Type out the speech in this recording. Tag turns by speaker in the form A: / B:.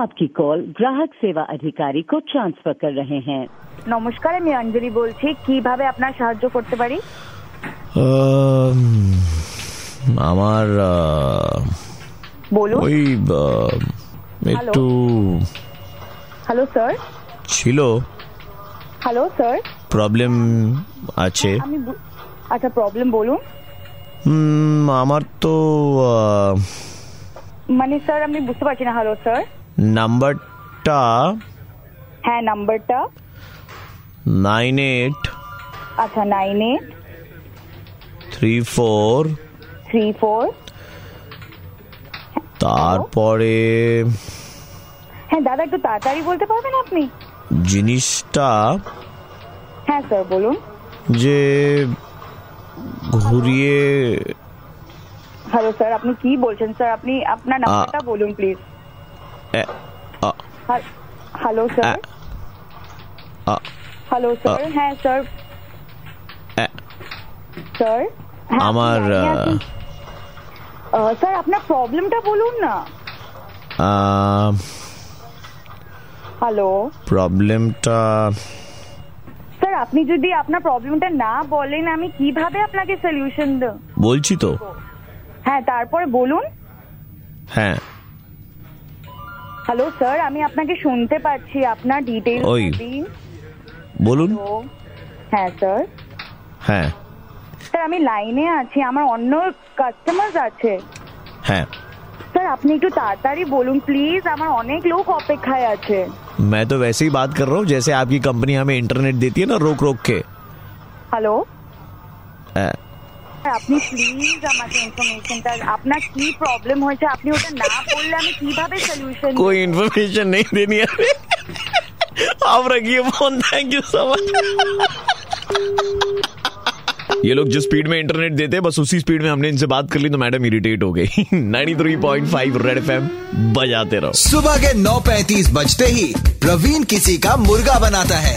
A: आपकी कॉल ग्राहक सेवा अधिकारी को ट्रांसफर कर रहे हैं
B: নমস্কার আমি অঞ্জলি বলছি কিভাবে আপনার সাহায্য করতে পারি
C: আম, আমার আহ,
B: বলুন
C: ওই আহ, একটু
B: হ্যালো স্যার
C: ছিল
B: হ্যালো স্যার
C: हम्म। প্রবলেম আছে
B: আমি বু- আচ্ছা প্রবলেম বলুন
C: উম, আমার তো
B: মানে স্যার আমি বুঝতে পারছি না হ্যালো স্যার
C: নাম্বারটা
B: হ্যাঁ নাম্বারটা
C: নাইন এইট
B: আচ্ছা nine eight
C: three four
B: three four
C: তারপরে
B: হ্যাঁ দাদা একটু তাড়াতাড়ি বলতে পারবেন আপনি
C: জিনিসটা
B: হ্যাঁ স্যার বলুন
C: যে ঘুরিয়ে
B: হ্যালো স্যার আপনি কি বলছেন স্যার আপনি আপনার নাম্বারটা বলুন প্লিজ
C: এ- আ-
B: হ্যালো স্যার
C: আ- আ-
B: হ্যালো স্যার হ্যাঁ স্যার
C: এ-
B: স্যার হ্যাঁ, আপনি
C: আমার
B: লাইনে
C: আহ,
B: আছেন? আহ, স্যার আপনার প্রবলেমটা বলুন না
C: আহ,
B: হ্যালো
C: প্রবলেমটা
B: স্যার আপনি যদি আপনার প্রবলেমটা না বলেন আমি কিভাবে আপনাকে সলিউশন দেব
C: বলছি তো
B: হ্যাঁ তারপরে বলুন
C: হ্যাঁ
B: হ্যালো স্যার আমি আপনাকে শুনতে পাচ্ছি আপনার ডিটেইলস
C: ওই।
B: দিন
C: বলুন
B: তো হ্যাঁ স্যার
C: হ্যাঁ
B: স্যার আমি লাইনে আছি আমার অন্য কাস্টমার্স আছে
C: হ্যাঁ
B: স্যার আপনি একটু তাড়াতাড়ি বলুন প্লিজ আমার অনেক লোক অপেক্ষায় আছে
C: मैं तो वैसे ही बात कर रहा हूँ जैसे आपकी कंपनी हमें इंटरनेट देती है ना रोक रोक के
B: হ্যালো
C: হ্যাঁ
B: স্যার, আপনি প্লিজ আমাকে ইনফরমেশনটা আপনার কি প্রবলেম হয়েছে আপনি ওটা না বললে আমি কিভাবে সলিউশন
C: कोई इन्फॉर्मेशन नहीं देनी है आप रखिए phone thank you so much ये लोग जिस स्पीड में इंटरनेट देते हैं बस उसी स्पीड में हमने इनसे बात कर ली तो मैडम इरिटेट हो गई 93.5 रेड एफएम बजाते रहो
D: सुबह के 9:35 बजते ही प्रवीण किसी का मुर्गा बनाता है